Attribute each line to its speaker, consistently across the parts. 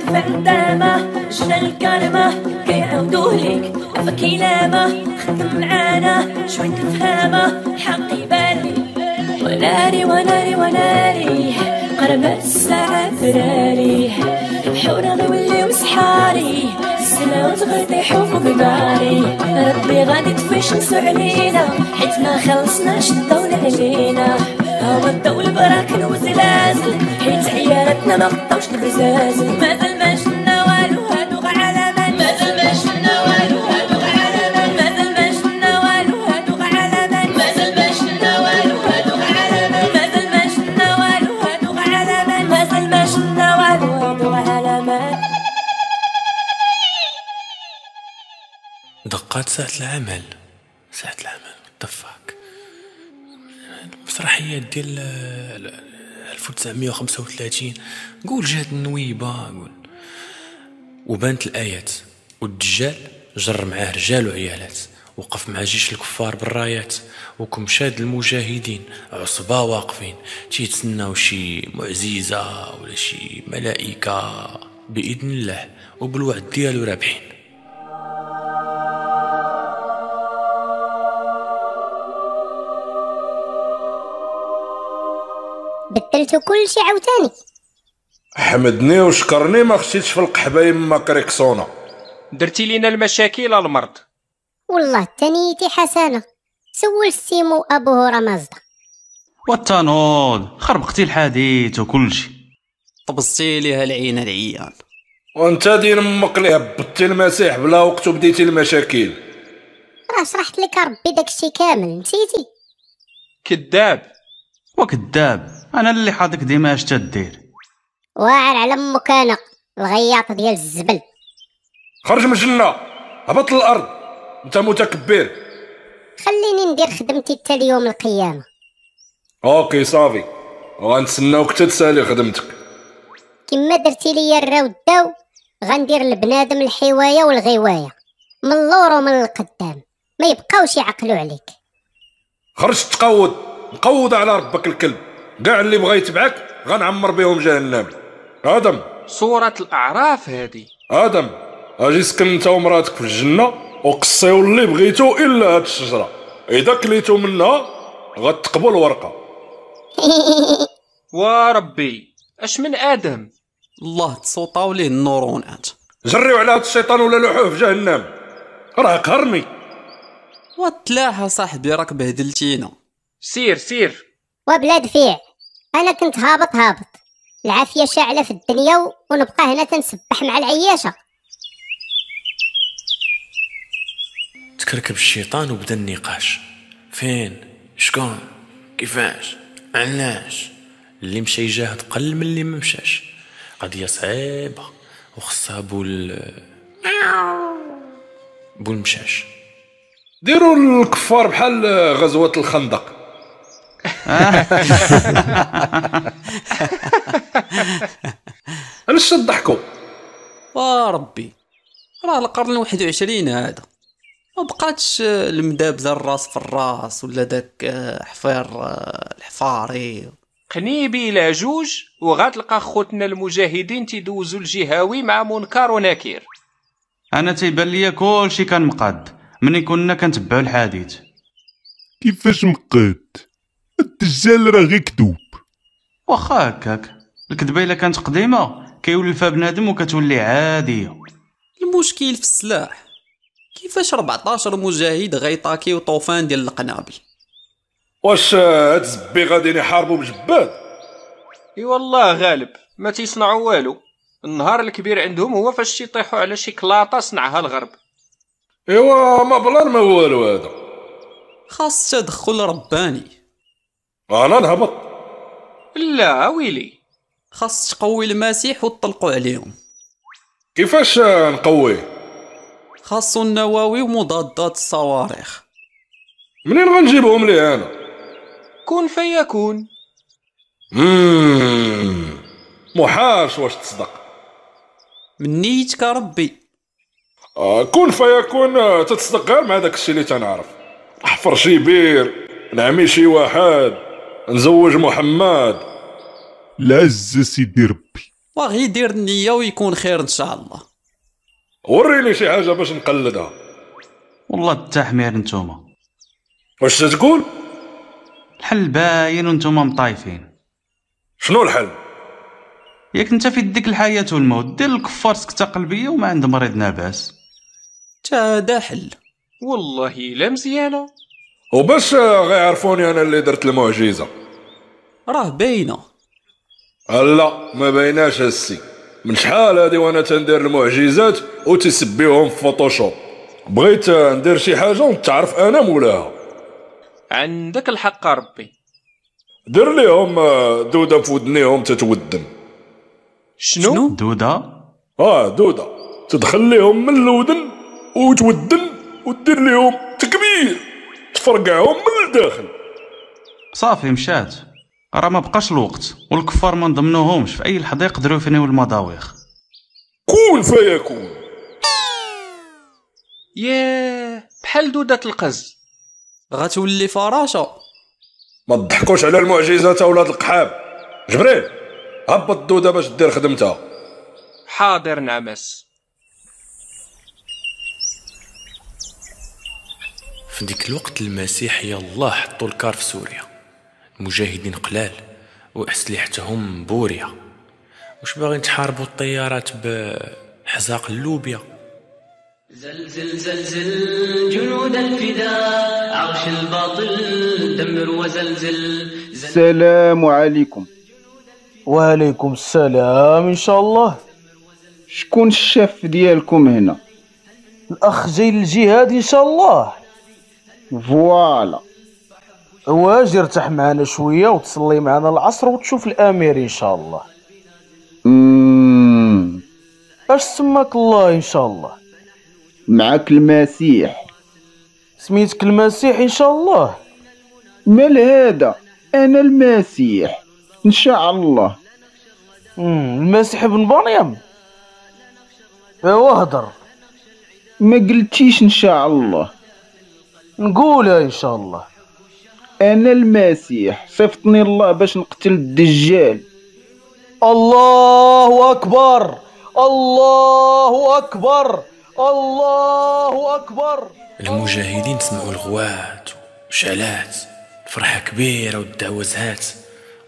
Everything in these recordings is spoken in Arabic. Speaker 1: قدامه شنا الكرمة كيعودوه ليك وفك يلامه خدم معانا شوي تفهمه الحق يبالي وناري وناري وناري قربت الساعة تراري بحورة غيولي وسحاري السنة وتغطي حوف بناري ربي غادي تفيش نسو علينا حيت ما خلصناش الضوء علينا هو الضوء البراكن وزلازل حيت عيالاتنا ما غطاوش البزازل مازال ما شفنا والو هادو غا علامات مازال ما شفنا والو هادو غا علامات مازال ما شفنا والو هادو غا علامات مازال ما شفنا والو هادو غا علامات مازال ما شفنا والو هادو غا علامات مازال ما شفنا والو هادو غا علامات
Speaker 2: دقات ساعة العمل ساعة العمل طفاك المسرحيات ديال ال- ال- 1935 قول جات النويبة قول وبانت الآيات والدجال جر معاه رجال وعيالات وقف مع جيش الكفار بالرايات وكمشاد المجاهدين عصبة واقفين تيتسناو شي معزيزة ولا شي ملائكة بإذن الله وبالوعد ديالو رابحين
Speaker 3: بدلتو كل شي عاوتاني
Speaker 4: حمدني وشكرني ما خشيتش في القحبه يما كريكسونا
Speaker 5: درتي لينا المشاكل المرض
Speaker 3: والله تانيتي حسنة سول سيمو أبوه راه مازدا
Speaker 6: والتنوض خربقتي الحديث وكلشي
Speaker 7: طبستي ليها العين العيان
Speaker 4: وانت دين امك اللي هبطتي المسيح بلا وقت وبديتي المشاكل
Speaker 3: راه شرحت لك ربي داكشي كامل نسيتي
Speaker 5: كذاب
Speaker 6: وكذاب انا اللي حاطك ديما اش تدير
Speaker 3: واعر على امك انا الغياط ديال الزبل
Speaker 4: خرج من الجنه هبط الارض انت متكبر
Speaker 3: خليني ندير خدمتي حتى اليوم القيامة
Speaker 4: اوكي صافي وغنتسناوك تتسالي خدمتك
Speaker 3: كما درتي ليا الراو الداو غندير لبنادم الحواية والغواية من اللور ومن القدام ما يبقاوش يعقلوا عليك
Speaker 4: خرج تقود مقود على ربك الكلب كاع اللي بغا يتبعك غنعمر بهم جهنم ادم
Speaker 5: صورة الأعراف هذه
Speaker 4: ادم اجي سكن انت ومراتك في الجنه وقصيو اللي بغيتو الا هاد الشجره اذا كليتو منها غتقبل ورقه
Speaker 5: وربي اش من آدم
Speaker 7: الله تصوطاو ليه النورونات
Speaker 4: جريو على هاد الشيطان ولا لوحوه في جهنم راه قهرني
Speaker 7: وتلاها صاحبي راك بهدلتينا
Speaker 5: سير سير
Speaker 3: وبلاد فيع انا كنت هابط هابط العافية شاعلة في الدنيا و- ونبقى هنا تنسبح مع العياشة
Speaker 2: تكركب الشيطان وبدا النقاش فين شكون كيفاش علاش اللي مشى يجاهد قل من اللي ما مشاش قضيه صعيبه وخصها بول بول مشاش
Speaker 4: ديروا الكفار بحال غزوة الخندق علاش تضحكوا
Speaker 7: وربي راه القرن الواحد وعشرين هذا ما بقاتش آه، المدابزه الراس في الراس ولا داك آه، حفير آه، الحفاري
Speaker 5: قنيبي إلى جوج وغتلقى خوتنا المجاهدين تيدوزوا الجهاوي مع منكر ونكير
Speaker 6: انا تيبان ليا كلشي كان مقاد مني كنا كنتبعو الحديث
Speaker 8: كيفاش مقاد الدجال راه غير كذوب
Speaker 6: واخا هكاك الكذبه الا كانت قديمه كيولي فيها بنادم وكتولي عاديه
Speaker 7: المشكل في السلاح كيفاش 14 مجاهد غيطاكيو طوفان ديال القنابل
Speaker 4: واش آه، هاد الزبي غاديين يحاربوا بجباد
Speaker 5: اي والله غالب ما تيصنعوا والو النهار الكبير عندهم هو فاش يطيحوا على شي كلاطه صنعها الغرب
Speaker 4: ايوا ما بلان ما والو هذا
Speaker 7: خاص تدخل رباني
Speaker 4: انا نهبط
Speaker 5: لا ويلي
Speaker 7: خاص تقوي المسيح وتطلقوا عليهم
Speaker 4: كيفاش آه، نقويه
Speaker 7: خاصو النواوي ومضادات الصواريخ
Speaker 4: منين غنجيبهم ليه انا
Speaker 5: كون فيكون
Speaker 4: مم، محاش واش تصدق
Speaker 7: من نيتك ربي
Speaker 4: آه، كون فيكون آه، تتصدق غير مع داك الشيء اللي تنعرف احفر شي بير نعمي شي واحد نزوج محمد
Speaker 8: العزة سيدي ربي
Speaker 7: واغ يدير النية ويكون خير ان شاء الله
Speaker 4: وريني شي حاجه باش نقلدها
Speaker 6: والله التحمير نتوما
Speaker 4: واش تقول
Speaker 6: الحل باين ونتوما مطايفين
Speaker 4: شنو الحل
Speaker 6: ياك انت في يدك الحياة والموت دير الكفار سكتة قلبية وما عند مريضنا باس
Speaker 7: تا هذا حل
Speaker 5: والله الا مزيانه
Speaker 4: وباش آه، غيعرفوني انا اللي درت المعجزه
Speaker 7: راه باينه
Speaker 4: لا ما بيناش السي من شحال هادي وانا تندير المعجزات وتسبيهم في فوتوشوب بغيت آه، ندير شي حاجه ونتعرف انا مولاها
Speaker 5: عندك الحق ربي
Speaker 4: دير ليهم آه، دوده في ودنيهم تتودن
Speaker 5: شنو,
Speaker 7: شنو
Speaker 6: دودة
Speaker 4: اه دوده تدخل ليهم من الودن وتودن ودير ليهم تكبير تفرقعهم من الداخل
Speaker 6: صافي مشات راه ما بقاش الوقت والكفار ما نضمنوهمش في اي لحظة يقدروا يفنيو المضاويخ
Speaker 4: كون فيكون
Speaker 5: ياه بحال دودة القز
Speaker 7: غتولي فراشه
Speaker 4: ما تضحكوش على المعجزه تا ولاد القحاب جبريل هبط الدوده باش دير خدمتها
Speaker 5: حاضر نعمس
Speaker 2: في ديك الوقت المسيح يالله حطوا الكار في سوريا المجاهدين قلال واسلحتهم بوريه واش باغي تحاربوا الطيارات بحزاق اللوبيا
Speaker 9: زلزل زلزل جنود الفداء عرش الباطل دمر وزلزل
Speaker 10: السلام عليكم
Speaker 11: وعليكم السلام ان شاء الله
Speaker 10: شكون الشاف ديالكم هنا
Speaker 11: الاخ جاي للجهاد ان شاء الله
Speaker 10: فوالا
Speaker 11: واجي ارتاح معنا شويه وتصلي معنا العصر وتشوف الامير ان شاء الله
Speaker 10: أمم،
Speaker 11: اش سماك الله ان شاء الله
Speaker 10: معك المسيح
Speaker 11: سميتك المسيح ان شاء الله
Speaker 10: مال هذا انا المسيح ان شاء الله
Speaker 11: مم، المسيح بن مريم ايوا هضر
Speaker 10: ما قلتيش ان شاء الله
Speaker 11: نقولها ان شاء الله
Speaker 10: انا المسيح صفتني الله باش نقتل الدجال
Speaker 11: الله اكبر الله اكبر الله اكبر
Speaker 2: المجاهدين سمعوا الغوات وشالات الفرحه كبيره والدعوه زهات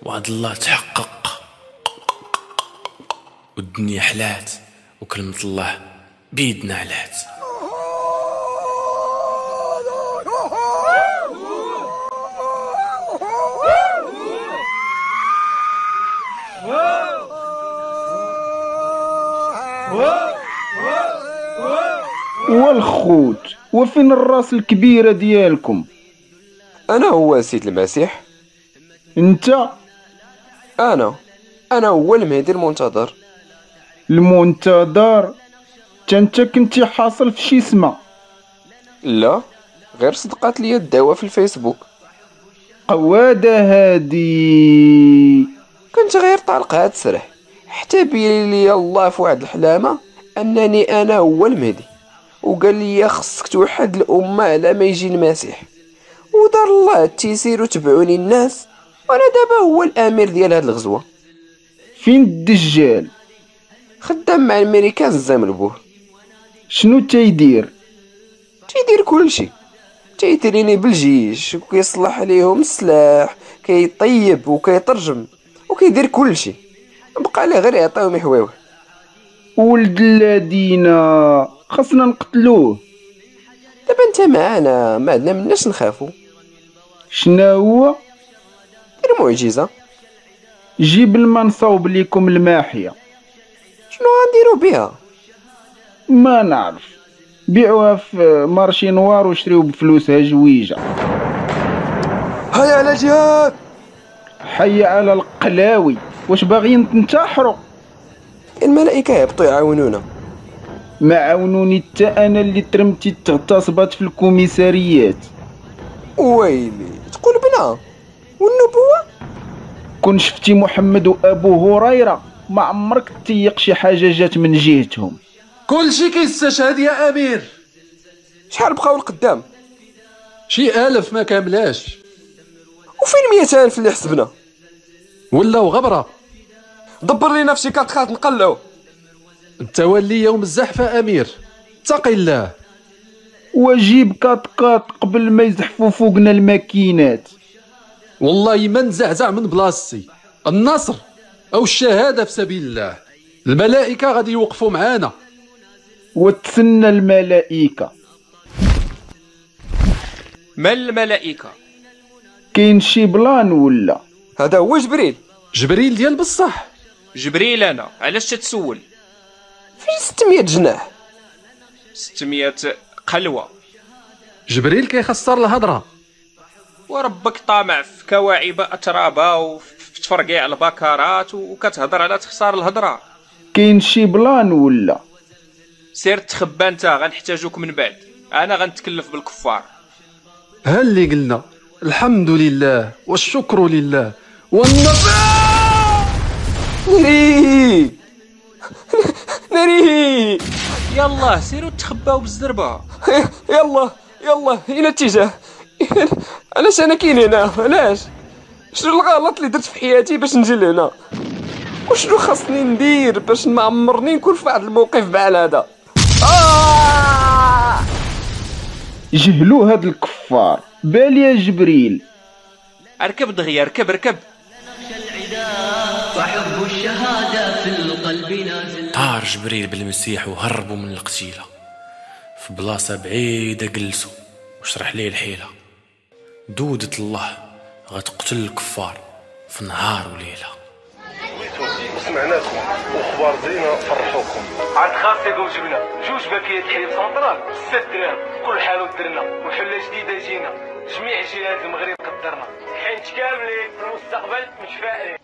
Speaker 2: وعد الله تحقق والدنيا حلات وكلمه الله بيدنا علات
Speaker 10: والخوت وفين الراس الكبيره ديالكم
Speaker 12: أنا هو سيد المسيح
Speaker 10: انت
Speaker 12: أنا أنا هو المهدي المنتظر
Speaker 10: المنتظر انت كنتي حاصل في شي سما
Speaker 12: لا غير صدقات لي الدعوة في الفيسبوك
Speaker 10: قواده هادي
Speaker 12: كنت غير طالق هاد السرح حتى بين لي الله في واحد الحلامة أنني أنا هو المهدي وقال لي خصك توحد الأمة على ما يجي المسيح ودار الله التيسير وتبعوني الناس وأنا دابا هو الأمير ديال هاد الغزوة
Speaker 10: فين الدجال
Speaker 12: خدام مع الأمريكان الزمن بوه
Speaker 10: شنو تيدير
Speaker 12: تيدير كلشي تيتريني بالجيش وكيصلح ليهم السلاح كيطيب وكيترجم وكيدير كلشي بقى له غير يعطيهم يحواوه
Speaker 10: ولد الذين خاصنا نقتلوه
Speaker 12: دابا انت معانا ما عندنا مناش نخافو
Speaker 10: شنا هو
Speaker 12: دير معجزه
Speaker 10: جيب الما نصاوب ليكم الماحية
Speaker 12: شنو غنديرو بها
Speaker 10: ما نعرف بيعوها في مارشي نوار وشريو بفلوسها جويجة
Speaker 12: هيا على جهاد
Speaker 10: حي على القلاوي واش باغيين تنتحروا
Speaker 12: الملائكه يبطوا يعاونونا
Speaker 10: ما عاونوني حتى انا اللي ترمتي التغتصبات في الكوميساريات
Speaker 12: ويلي تقول بنا والنبوه
Speaker 10: كون شفتي محمد وابو هريرة ما عمرك تيق شي حاجة جات من جهتهم
Speaker 5: كلشي كيستشهد يا امير
Speaker 12: شحال بقاو القدام
Speaker 5: شي الف ما كاملاش
Speaker 12: وفين مئة الف اللي حسبنا
Speaker 5: ولاو غبره
Speaker 13: دبر لينا في شي كاتخات نقلعو
Speaker 14: التولي يوم الزحفة أمير اتقي الله
Speaker 10: وجيب كاتكات قبل ما يزحفوا فوقنا الماكينات
Speaker 14: والله ما نزعزع من بلاصتي النصر أو الشهادة في سبيل الله الملائكة غادي يوقفوا معانا
Speaker 10: وتسنى الملائكة
Speaker 5: ما الملائكة
Speaker 10: كاين شي بلان ولا
Speaker 13: هذا هو جبريل
Speaker 14: جبريل ديال بصح
Speaker 5: جبريل أنا علاش تتسول
Speaker 12: فين 600 جناح
Speaker 5: 600 قلوة
Speaker 14: جبريل كيخسر الهضرة
Speaker 5: وربك طامع في كواعب أترابا وفي تفرقيع البكرات وكتهضر على تخسار الهضرة
Speaker 10: كاين شي بلان ولا
Speaker 5: سير تخبى انت غنحتاجوك من بعد انا غنتكلف بالكفار
Speaker 14: ها اللي قلنا الحمد لله والشكر لله والنصر إيه!
Speaker 13: ناري ناري
Speaker 5: يلا سيروا تخباو بالزربة
Speaker 13: يلا يلا الى اتجاه علاش انا كاين هنا علاش شنو الغلط اللي درت في حياتي باش نجي لهنا وشنو خاصني ندير باش ما عمرني نكون في واحد الموقف بحال هذا آه!
Speaker 10: جهلوا هاد الكفار بال يا جبريل
Speaker 5: اركب دغيا اركب اركب
Speaker 9: فحب الشهادة في القلب نازل
Speaker 2: طار جبريل بالمسيح وهربوا من القتيلة في بلاصة بعيدة جلسوا وشرح ليه الحيلة دودة الله غتقتل الكفار في نهار وليلة
Speaker 15: سمعناكم وخبار زينه فرحوكم عاد خاصك وجبنا جوج باكيات حليب سنترال ست دراهم كل حال درنا وحله جديده جينا جميع جهات المغرب قدرنا حيت كاملين في المستقبل متفائلين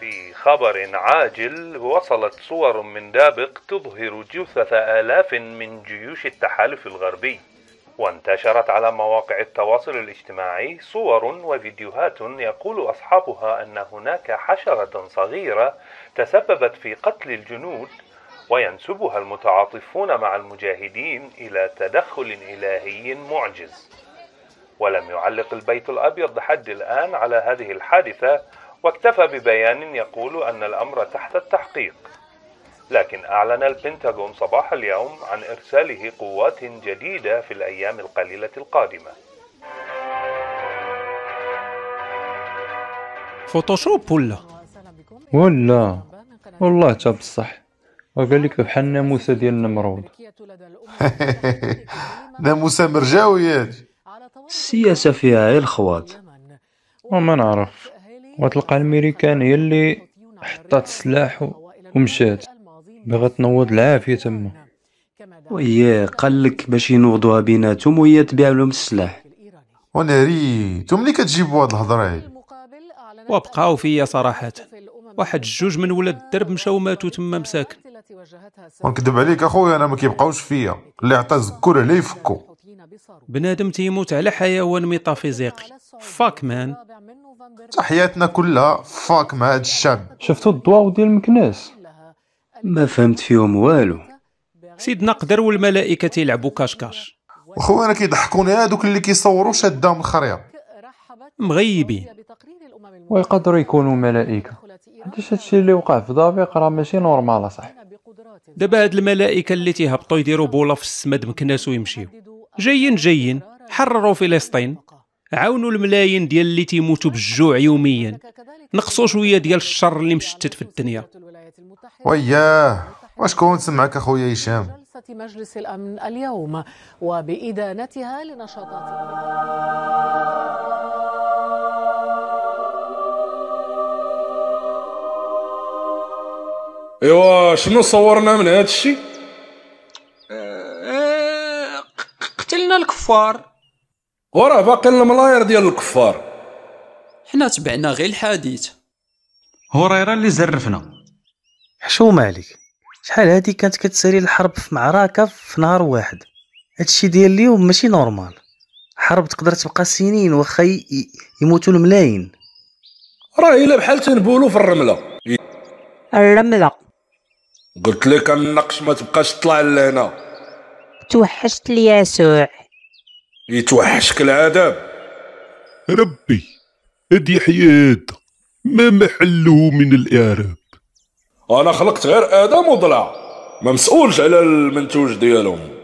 Speaker 16: في خبر عاجل وصلت صور من دابق تظهر جثث آلاف من جيوش التحالف الغربي وانتشرت على مواقع التواصل الاجتماعي صور وفيديوهات يقول أصحابها أن هناك حشرة صغيرة تسببت في قتل الجنود وينسبها المتعاطفون مع المجاهدين إلى تدخل إلهي معجز ولم يعلق البيت الأبيض حد الآن على هذه الحادثة واكتفى ببيان يقول أن الأمر تحت التحقيق لكن أعلن البنتاغون صباح اليوم عن إرساله قوات جديدة في الأيام القليلة القادمة
Speaker 17: فوتوشوب ولا
Speaker 18: ولا والله تا بصح وقال لك بحال الناموسه ديال النمرود
Speaker 19: ناموسة مرجاوية هادي.
Speaker 18: السياسه فيها غير الخواط وما نعرف وتلقى الميريكان هي اللي حطت السلاح و- ومشات باغا تنوض العافيه تما
Speaker 20: وهي قال لك باش ينوضوها بيناتهم وهي تبيع لهم السلاح
Speaker 19: وناري نتوما ملي كتجيبوا هاد الهضره هادي
Speaker 17: وبقاو فيا صراحة واحد الجوج من ولاد الدرب مشاو ماتوا تما مساكن
Speaker 19: ونكذب عليك اخويا انا ما كيبقاوش فيا اللي عطى الزكور عليه يفكو
Speaker 17: بنادم تيموت على حيوان ميتافيزيقي فاك مان
Speaker 19: حتى حياتنا كلها فاك مع هاد الشعب
Speaker 18: شفتوا الضواو ديال مكناس
Speaker 20: ما فهمت فيهم والو
Speaker 17: سيدنا قدر والملائكة تيلعبوا كاشكاش
Speaker 19: وخويا انا كيضحكوني هادوك اللي كيصوروا شاده من الخريطه
Speaker 17: مغيبين
Speaker 18: ويقدروا يكونوا ملائكه حيتاش هادشي اللي وقع في دافيق راه ماشي نورمال اصاحبي
Speaker 17: دابا هاد الملائكة اللي تيهبطوا يديروا بولا في السما د مكناس ويمشيو جايين جايين حرروا فلسطين عاونوا الملايين ديال اللي تيموتوا بالجوع يوميا نقصوا شوية ديال الشر اللي مشتت في الدنيا
Speaker 19: وياه آه، واش كون سمعك اخويا هشام
Speaker 21: جلسة مجلس الأمن اليوم وبإدانتها لنشاطات
Speaker 4: ايوا شنو صورنا من هاد الشي
Speaker 5: قتلنا الكفار
Speaker 4: وراه باقي الملاير ديال الكفار
Speaker 7: حنا تبعنا غير الحديث
Speaker 6: هريرة اللي زرفنا
Speaker 22: شو مالك شحال هادي كانت كتسالي الحرب في معركة في نهار واحد هادشي ديال اليوم ماشي نورمال حرب تقدر تبقى سنين واخا ي- ي- يموتوا الملايين
Speaker 4: راه الا بحال تنبولو في الرمله
Speaker 23: الرملة
Speaker 4: قلت لك النقش ما تبقاش تطلع لهنا
Speaker 18: توحشت ليسوع
Speaker 4: يتوحشك العذاب
Speaker 8: ربي هذه حياته ما محله من الإعراب
Speaker 4: انا خلقت غير ادم وضلع ما مسؤولش على المنتوج ديالهم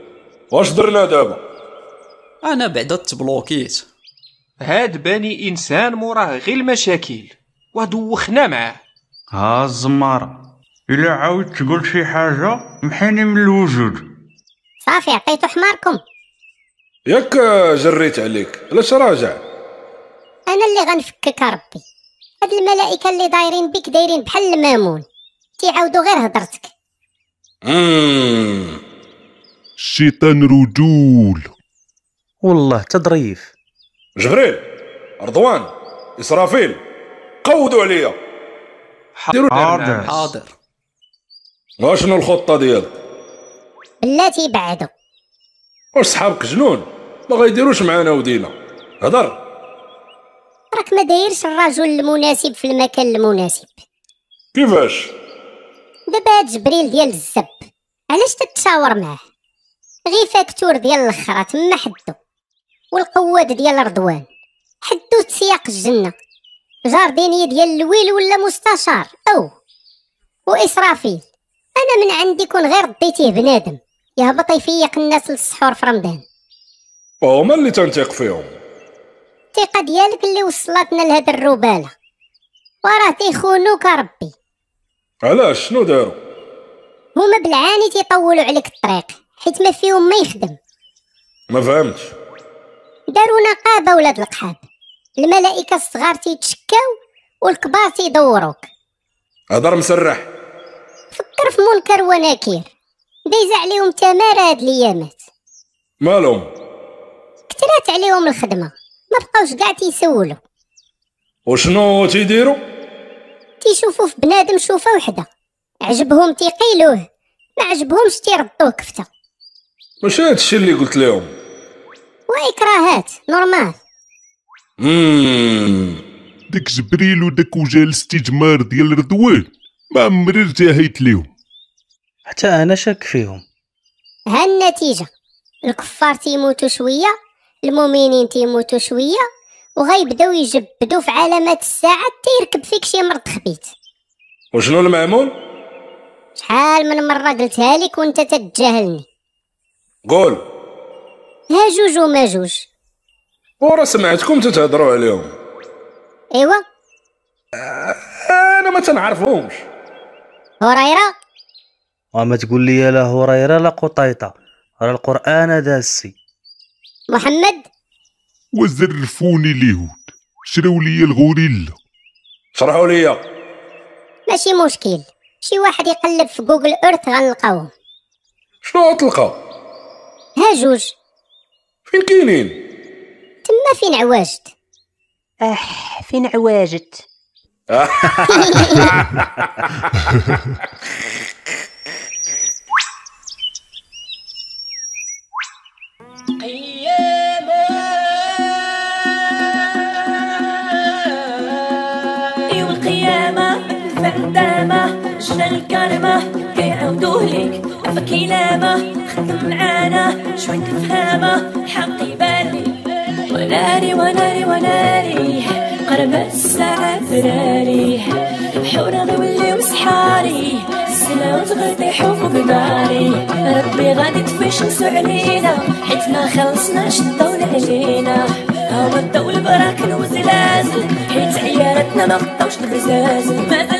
Speaker 4: واش درنا دابا
Speaker 24: انا بعدا تبلوكيت
Speaker 7: هاد بني انسان موراه غير المشاكل ودوخنا معاه
Speaker 25: ها الزمارة
Speaker 6: إلا عاودت تقول شي حاجة محيني من الوجود
Speaker 23: صافي عطيتو حماركم
Speaker 4: ياك جريت عليك علاش راجع
Speaker 23: انا اللي غنفكك ربي هاد الملائكه اللي دايرين بك دايرين بحال المامون تيعاودوا غير هضرتك
Speaker 8: الشيطان رجول
Speaker 22: والله تضريف
Speaker 4: جبريل رضوان اسرافيل قودوا عليا
Speaker 24: حاضر حاضر
Speaker 4: واشنو الخطه ديالك
Speaker 23: بلاتي بعدو
Speaker 4: واش صحابك جنون ما غيديروش معانا ودينا هضر
Speaker 23: راك ما دايرش الرجل المناسب في المكان المناسب
Speaker 4: كيفاش
Speaker 23: دابا هاد جبريل ديال الزب علاش تتشاور معاه غي فاكتور ديال الخرا تما حدو والقواد ديال رضوان حدو سياق الجنه جارديني ديال اللويل ولا مستشار او واسرافيل انا من عندي كون غير رديتيه بنادم يهبط يفيق الناس للسحور في رمضان
Speaker 4: هما اللي تنتيق فيهم
Speaker 23: الثقه ديالك اللي وصلتنا لهاد الرباله وراه تيخونوك ربي
Speaker 4: علاش شنو داروا
Speaker 23: هما بالعاني تيطولوا عليك الطريق حيت ما فيهم ما يخدم
Speaker 4: ما فهمتش
Speaker 23: داروا نقابه ولاد القحاب الملائكه الصغار تيتشكاو والكبار تيدوروك
Speaker 4: هضر مسرح
Speaker 23: فكر في منكر ونكير دايزه عليهم تماره هاد الايامات
Speaker 4: مالهم
Speaker 23: كثرات عليهم الخدمه ما بقاوش كاع تيسولوا
Speaker 4: وشنو تيديروا
Speaker 23: تيشوفوا في بنادم شوفه وحده عجبهم تيقيلوه ما عجبهمش تيردوه كفته
Speaker 4: ماشي هادشي اللي قلت لهم
Speaker 23: واكراهات نورمال
Speaker 8: داك جبريل وداك وجه الاستجمار ديال رضوان ما عمري ارتحيت ليهم
Speaker 22: حتى انا شاك فيهم
Speaker 23: ها النتيجه الكفار تيموتوا شويه المؤمنين تيموتوا شويه وغيبداو يجبدوا في علامات الساعه تيركب فيك شي مرض خبيث
Speaker 4: وشنو المعمول
Speaker 23: شحال من مره قلتها لك وانت تتجاهلني
Speaker 4: قول
Speaker 23: ها جوج وما جوج
Speaker 4: ورا سمعتكم تتهضروا عليهم
Speaker 23: ايوا
Speaker 4: انا ما تنعرفهمش
Speaker 23: هريره
Speaker 22: وما تقول لي لا هريرة لا قطيطة راه القرآن داسي
Speaker 23: محمد
Speaker 8: وزرفوني اليهود شراو لي الغوريلا
Speaker 4: شرحوا لي
Speaker 23: ماشي مشكل شي واحد يقلب في جوجل ايرث غنلقاوهم
Speaker 4: شنو غتلقى
Speaker 23: ها جوج
Speaker 4: فين كاينين
Speaker 23: تما فين عواجت
Speaker 18: اح أه، فين عواجت
Speaker 1: يوم القيامة الفندامة شنا الكرمة كيعاودوه ليك عفاك يلامة خدم معانا شوي تفهمة الحق يبالي وناري وناري وناري قربت الساعة تراري ربحوا رغي وليو سحاري السماء وتغطي حوفوك ناري ربي غادي تفيش نسو علينا حيت ما خلصنا شطونا علينا هما الضو البراكن وزلازل حيت عيالتنا ما غطاوش الغزازل مازال